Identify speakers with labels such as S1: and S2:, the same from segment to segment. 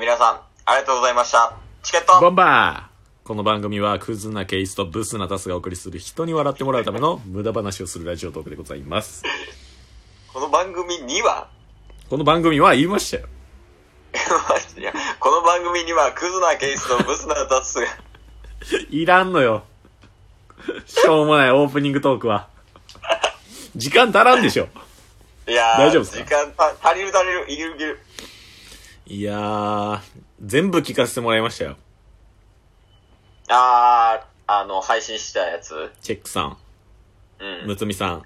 S1: 皆さん、ありがとうございました。チケット
S2: ボンバーこの番組はクズなケイスとブスなタスがお送りする人に笑ってもらうため の無駄話をするラジオトークでございます。
S1: この番組には、
S2: この番組は言いましたよ。
S1: いやこの番組には、クズなケースとブスなタス が、
S2: いらんのよ。しょうもないオープニングトークは。時間足らんでしょ。
S1: いやー、
S2: 大丈夫っすか
S1: 時間た足りる足りる、いけるいける。
S2: いやー、全部聞かせてもらいましたよ。
S1: あー、あの、配信したやつ。
S2: チェックさん、
S1: うん。
S2: むつみさん、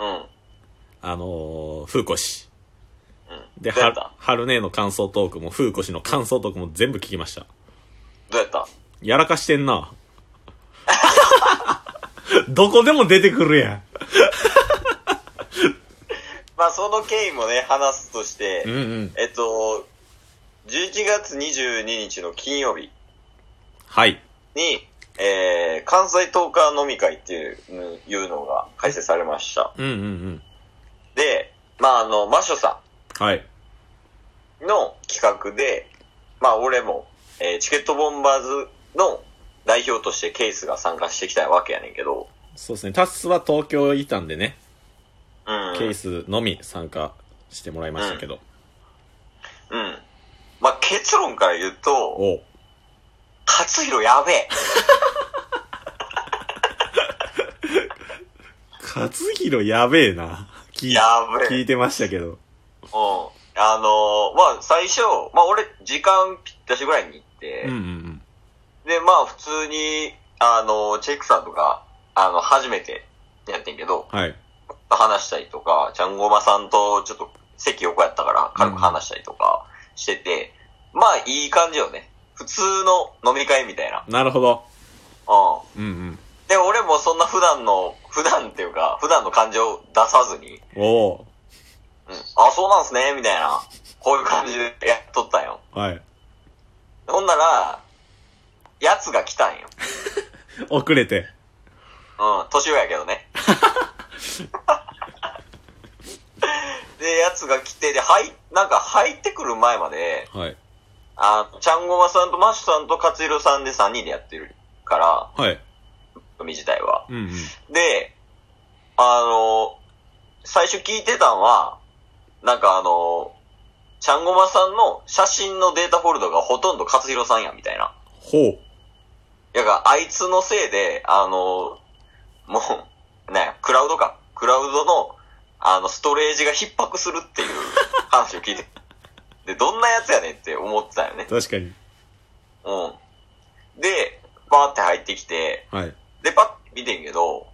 S1: うん。
S2: あのー、風子氏。で、
S1: どうや
S2: は
S1: った、
S2: はるねーの感想トークも、風子氏の感想トークも全部聞きました。
S1: どうやった
S2: やらかしてんな。どこでも出てくるや
S1: まあ、その経緯もね、話すとして、
S2: ん。うんうん。
S1: えっと、11月22日の金曜日
S2: はい。
S1: に、えー、関西トーカー飲み会っていうのいうのが開催されました。
S2: うんうんうん。
S1: で、まあ、あの、マショさ
S2: はい。
S1: んの企画で、まあ、俺も、えーチケットボンバーズの代表としてケースが参加してきたわけやねんけど、
S2: そうですね。タスは東京いたんでね、
S1: うん。
S2: ケースのみ参加してもらいましたけど。
S1: うん。まあ、結論から言うと、
S2: おう
S1: 勝弘や べえ。
S2: 勝弘やべえな。聞い
S1: やべえ。
S2: 聞いてましたけど。
S1: うん。あのーまあ、最初、まあ、俺、時間ぴったしぐらいに行って、
S2: うんうんうん。
S1: で、まあ、普通に、あのーチェックさんとか、あの、初めてやってんけど、
S2: はい。
S1: 話したりとか、ちゃんごまさんとちょっと席横やったから軽く話したりとかしてて、まあ、いい感じよね。普通の飲み会みたいな。
S2: なるほど。
S1: うん。
S2: うんうん。
S1: で、俺もそんな普段の、普段っていうか、普段の感情を出さずに、
S2: お
S1: うん、あ、そうなんすね、みたいな、こういう感じでやっとったんよ。
S2: うはい。
S1: ほんなら、やつが来たんよ。
S2: 遅れて。
S1: うん、年上やけどね。で、やつが来て、で、はい、なんか入ってくる前まで、
S2: はい。
S1: あちゃんごまさんとマッシュさんと勝弘さんで3人でやってるから、
S2: はい。
S1: 組自体は。
S2: うんうん。
S1: で、あの、最初聞いてたんは、なんかあの、ちゃんごまさんの写真のデータフォルダがほとんど勝弘さんや、みたいな。
S2: ほう。
S1: やが、あいつのせいで、あの、もう、ね、クラウドか。クラウドの、あの、ストレージが逼迫するっていう話を聞いて。で、どんなやつやねんって思ってたよね。
S2: 確かに。
S1: うん。で、バーって入ってきて、
S2: はい。
S1: で、パッて見てんけど、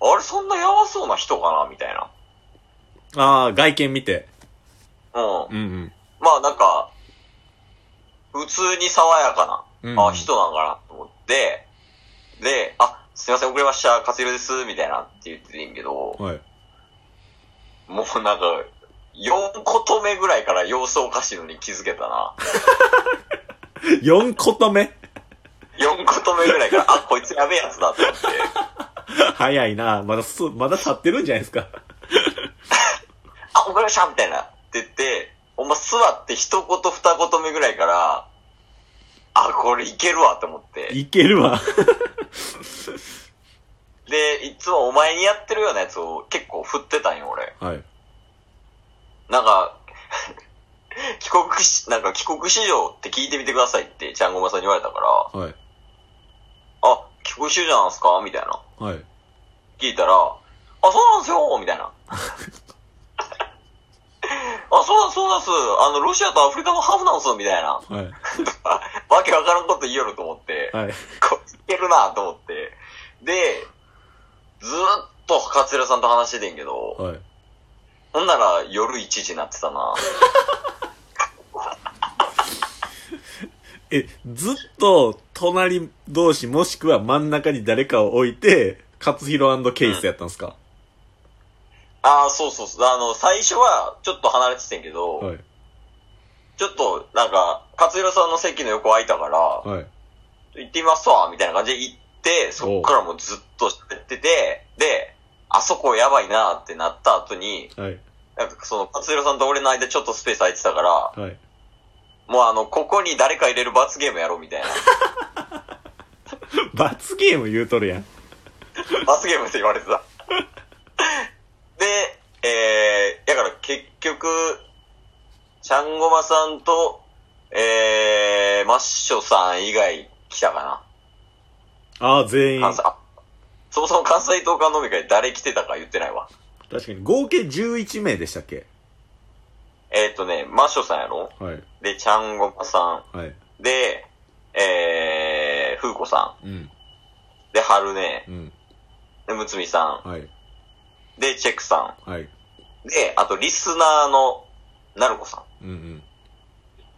S1: あれ、そんなやばそうな人かなみたいな。
S2: ああ、外見見て。
S1: うん。
S2: うんうん。
S1: まあ、なんか、普通に爽やかな。
S2: うん
S1: あ、人なんかなと思って、で、あ、すいません、遅れました、勝弘です、みたいなって言ってていいんけど、
S2: はい。
S1: もうなんか、4こと目ぐらいから様子おかしいのに気づけたな。
S2: 4こと目
S1: 4こと目ぐらいから、あ、こいつやべえやつだと思って。
S2: 早いな。まだす、まだ立ってるんじゃないですか。
S1: あ、遅れましたみたいな。って言って、ほんま座って一言二言目ぐらいから、あ、これいけるわと思って。
S2: いけるわ。
S1: で、いつもお前にやってるようなやつを結構振ってたんよ、俺。
S2: はい。
S1: なんか、 帰国し、なんか帰国市場って聞いてみてくださいって、ちゃんごまさんに言われたから、
S2: はい。
S1: あ、帰国市場なんすかみたいな。
S2: はい。
S1: 聞いたら、あ、そうなんですよみたいな。 あ、そうなんそうなんす。あの、ロシアとアフリカのハーフなんすみたいな。
S2: はい。
S1: わけわからんこと言いよると思って、
S2: はい。
S1: こう、いけるなと思って。で、ずーっと勝浦さんと話しててんけど、
S2: はい。
S1: ほんなら夜1時になってたな。
S2: え、ずっと、隣同士もしくは真ん中に誰かを置いて、勝弘ケイスやったんですか、
S1: ああ、そうそうそう。あの、最初は、ちょっと離れててんけど、
S2: はい。
S1: ちょっと、なんか、勝弘さんの席の横空いたから、
S2: はい。
S1: 行ってみますわ、みたいな感じで行って、そっからもうずっと喋ってて、で、あそこやばいなってなった後に、
S2: はい。
S1: なんかその、勝弘さんと俺の間ちょっとスペース空いてたから、
S2: はい。
S1: もうあの、ここに誰か入れる罰ゲームやろうみたいな。
S2: 罰ゲーム言うとるやん。
S1: 罰ゲームって言われてた。で、えー、だから結局、ちゃんごまさんと、えー、マッショさん以外来たか
S2: ああ、全
S1: な。関
S2: 員。
S1: 西、あそもそも関西東館飲み会誰来てたか言ってないわ。
S2: 確かに、合計11名でしたっけ
S1: えっ、ー、とね、マッショさんやろ
S2: はい。
S1: で、ちゃんごまさ
S2: はい。
S1: ん。で、えー、ふうこさ
S2: うん。
S1: ん。で、はるね。
S2: うん。
S1: で、むつみさ
S2: はい。
S1: ん。で、チェックさ
S2: はい。
S1: ん。で、あと、リスナーの、なるこさん。
S2: うんうん。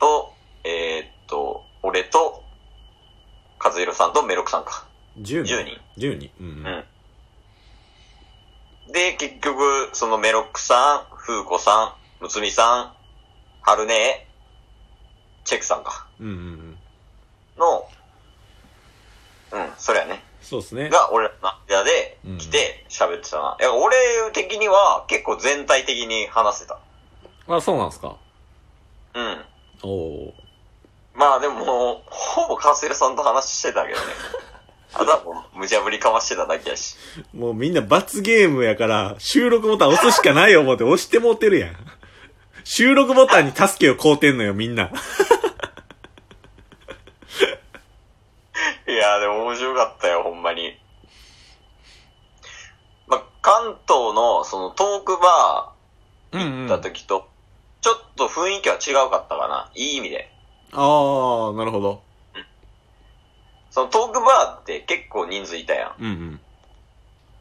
S1: と、えーっと、俺と、和弘さんとメロクさんか。
S2: 10人。
S1: 10
S2: 10人。うんうん。
S1: で、結局、そのメロクさん、風子さん、むつみさん、はるねチェックさんか。
S2: うんうんうん。
S1: の、うん、それやね。
S2: そうですね。
S1: が、俺らの間で来て喋ってたな。いや、俺的には結構全体的に話せた。
S2: あ、そうなんすか。
S1: うん。
S2: おお
S1: まあでも、ほぼカセルさんと話してたけどね。あとはもう無茶ぶりかましてただけやし。
S2: ー。もうみんな罰ゲームやから、収録ボタン押すしかない思って押してもうてるやん。収録ボタンに助けを買うてんのよ、みんな。
S1: いやーでも面白かったよ、ほんまに。まあ、関東のそのトークバ
S2: うん
S1: ー
S2: う
S1: 行
S2: ん。
S1: った
S2: あ
S1: 時と、ちょっと雰囲気は違うかったかな。いい意味で。
S2: あ、なるほど。
S1: そのトークバーって結構人数いたやん。
S2: うんうん。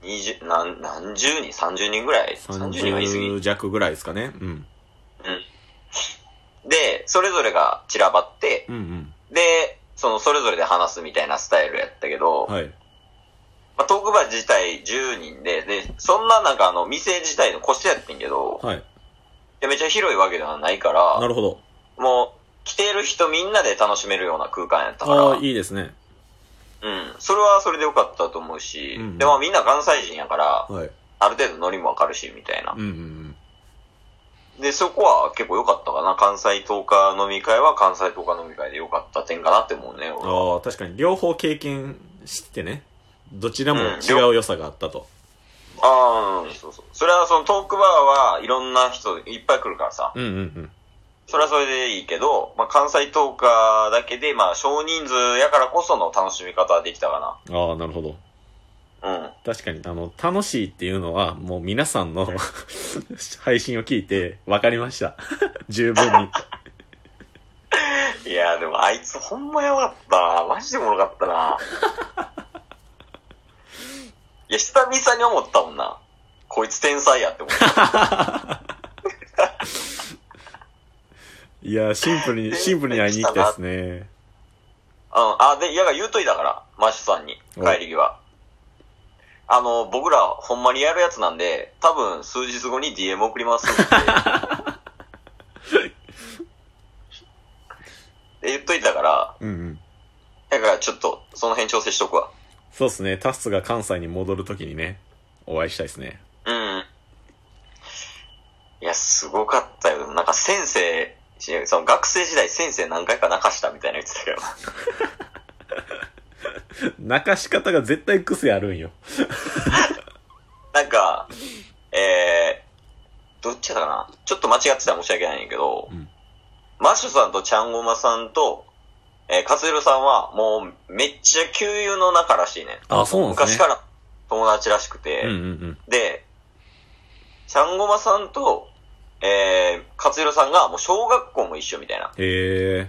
S1: 二十、なん、何十人 ?30 人ぐらい ?30 人は言い過ぎ。
S2: 30弱ぐらいですかね。うん。
S1: で、それぞれが散らばって、
S2: うんうん。
S1: で、そのそれぞれで話すみたいなスタイルやったけど、
S2: はい。
S1: まあ、トークバー自体10人で、で、そんななんかあの、店自体の個室やってんけど、い
S2: はい。
S1: やめちゃ広いわけではないか
S2: な
S1: ら、
S2: るほど。
S1: もう、来てる人みんなで楽しめるような空間やったから、
S2: ああ、
S1: うん。
S2: いいですね。
S1: それはそれでよかったと思うし、
S2: うんうん
S1: でもみんな関西人やから、
S2: はい。
S1: ある程度ノリもわかるし、みたいな
S2: う。んうんうん。
S1: で、そこは結構良かったかな。関西東華飲み会は関西東華飲み会で良かった点かなって思うね、俺は
S2: ああ、確かに両方経験してね。どちらも
S1: うん
S2: 違う良さがあったと。
S1: ああ、うんそうそう。それはそのトークバーはいろんな人いっぱい来るからさ。
S2: うんうんうん。
S1: それはそれでいいけど、まあ、関西トーカーだけで、まあ、少人数やからこその楽しみ方はできたか
S2: ああ、なるほど。
S1: な。うん。
S2: 確かに、あの、楽しいっていうのは、もう皆さ んの配信を聞いて分かりました。十分に。
S1: いやーでもあいつほんまやばかったな。マジでおもろかったな。いや、久々に思ったもんな。こいつ天才やって思った。
S2: いや、シンプルに、シンプルに会いに行きたいですね。
S1: うん。あ、で、いやが言うといたから、マッシュさんに、
S2: お
S1: 帰り際。あの、僕らほんまにやるやつなんで、多分数日後に DM 送りますって。で、言っといたから、
S2: うんうん。
S1: だからちょっと、その辺調整しとくわ。
S2: そうですね。タスが関西に戻るときにね、お会いしたいですね。
S1: うん。いや、すごかったよ。なんか先生、その学生時代先生何回か泣かしたみたいな言ってたけど。
S2: 泣かし方が絶対癖あるんよ。
S1: なんか、えー、どっちやったかなちょっと間違ってたら申し訳ないんやけど、
S2: うん
S1: マッシュさんとちゃんごまさんと、えー、かつひろさんはもうめっちゃ旧友の仲らしいね。
S2: あそうなんですね
S1: 昔から友達らしくて、
S2: うんうんうん。
S1: で、ちゃんごまさんと、えー、かつひろさんがもう小学校も一緒みたいな。
S2: へえ。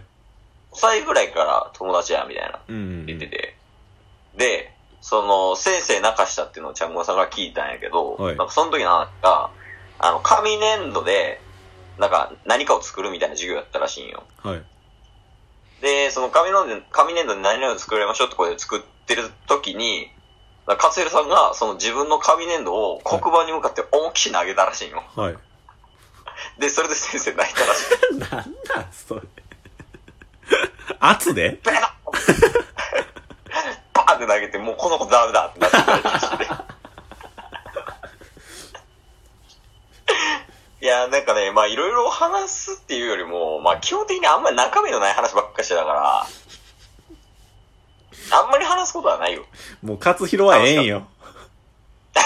S1: 5歳ぐらいから友達や、みたいな。
S2: うんうん
S1: 言ってて。で、その、先生泣かしたっていうのをちゃんごまさんが聞いたんやけど、
S2: はい
S1: なんかその時の話が、あの、紙粘土で、なんか何かを作るみたいな授業やったらしいんよ。
S2: うん。はい。
S1: で、その紙の紙粘土で何々を作りましょうってこれで作ってる時に、なんか勝弘さんがその自分の紙粘土を黒板に向かって思いっきり投げたらしいんよ。
S2: はい。
S1: で、それで先生泣いたらしい。
S2: なんなんそれ。 圧で
S1: ベタッバーンって投げて、もうこの子ダメだってなって帰ってきていや、なんかね、まあいろいろ話すってっていうよりも、まあ基本的にあんまり中身のない話ばっかりしてたから、あんまり話すことはないよ。
S2: もう勝弘はええんよ。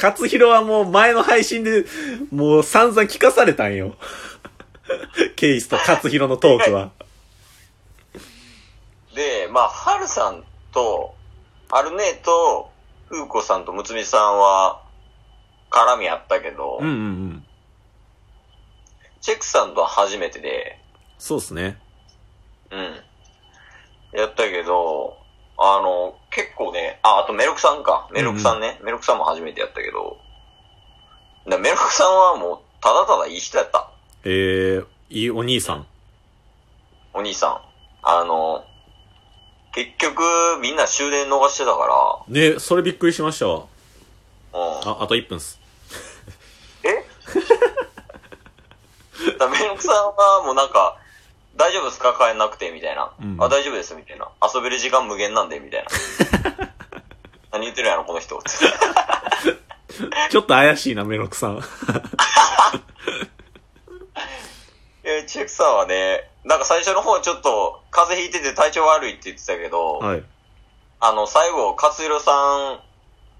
S2: 勝弘はもう前の配信でもう散々聞かされたんよ。ケイスと勝弘のトークは。
S1: で、まあ、はるさんと、はるねと、ふうこさんとむつみさんは、絡みあったけど、
S2: うんうんうん。
S1: チェックさんとは初めてで、
S2: そうっすね。
S1: うん。やったけど、あの、結構ね、あ、あとメロクさんか。メロクさんね。メロクさんも初めてやったけど、だメロクさんはもう、ただただいい人やった。
S2: えー、いいお兄さん。
S1: お兄さん。あの、結局、みんな終電逃してたか
S2: ね、それびっくりしましたわ。
S1: ら、うん。
S2: あ、あと1分っす。
S1: えダメロクさんはもうなんか、大丈夫ですか帰んなくてみたいな、
S2: うん
S1: あ、大丈夫ですみたいな。遊べる時間無限なんでみた いな。何言ってるんやろこの人。
S2: ちょっと怪しいな、メロクさん。
S1: え、チェクさんはね、なんか最初の方ちょっと風邪ひいてて体調悪いって言ってたけど、
S2: はい。
S1: あの、最後、勝弘さん、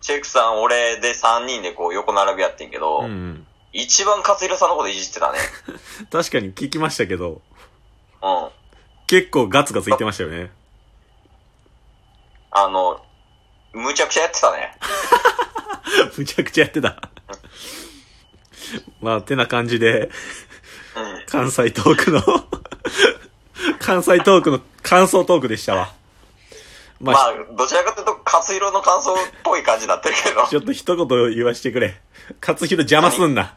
S1: チェクさん、俺で3人でこう横並びやってんけど、
S2: うんうん。
S1: 一番勝弘さんのこといじってたね。
S2: 確かに聞きましたけど、
S1: うん。
S2: 結構ガツガツ言ってましたよね。
S1: あの、むちゃくちゃやってたね。
S2: むちゃくちゃやってた。まあ、てな感じで、
S1: うん。
S2: 関西トークの、関西トークの感想トークでしたわ。ま
S1: ま
S2: あ、
S1: あ、どちらかというと、カツ色の感想っぽい感じになってるけど。
S2: ちょっと一言言わしてくれ。勝弘邪魔すんな。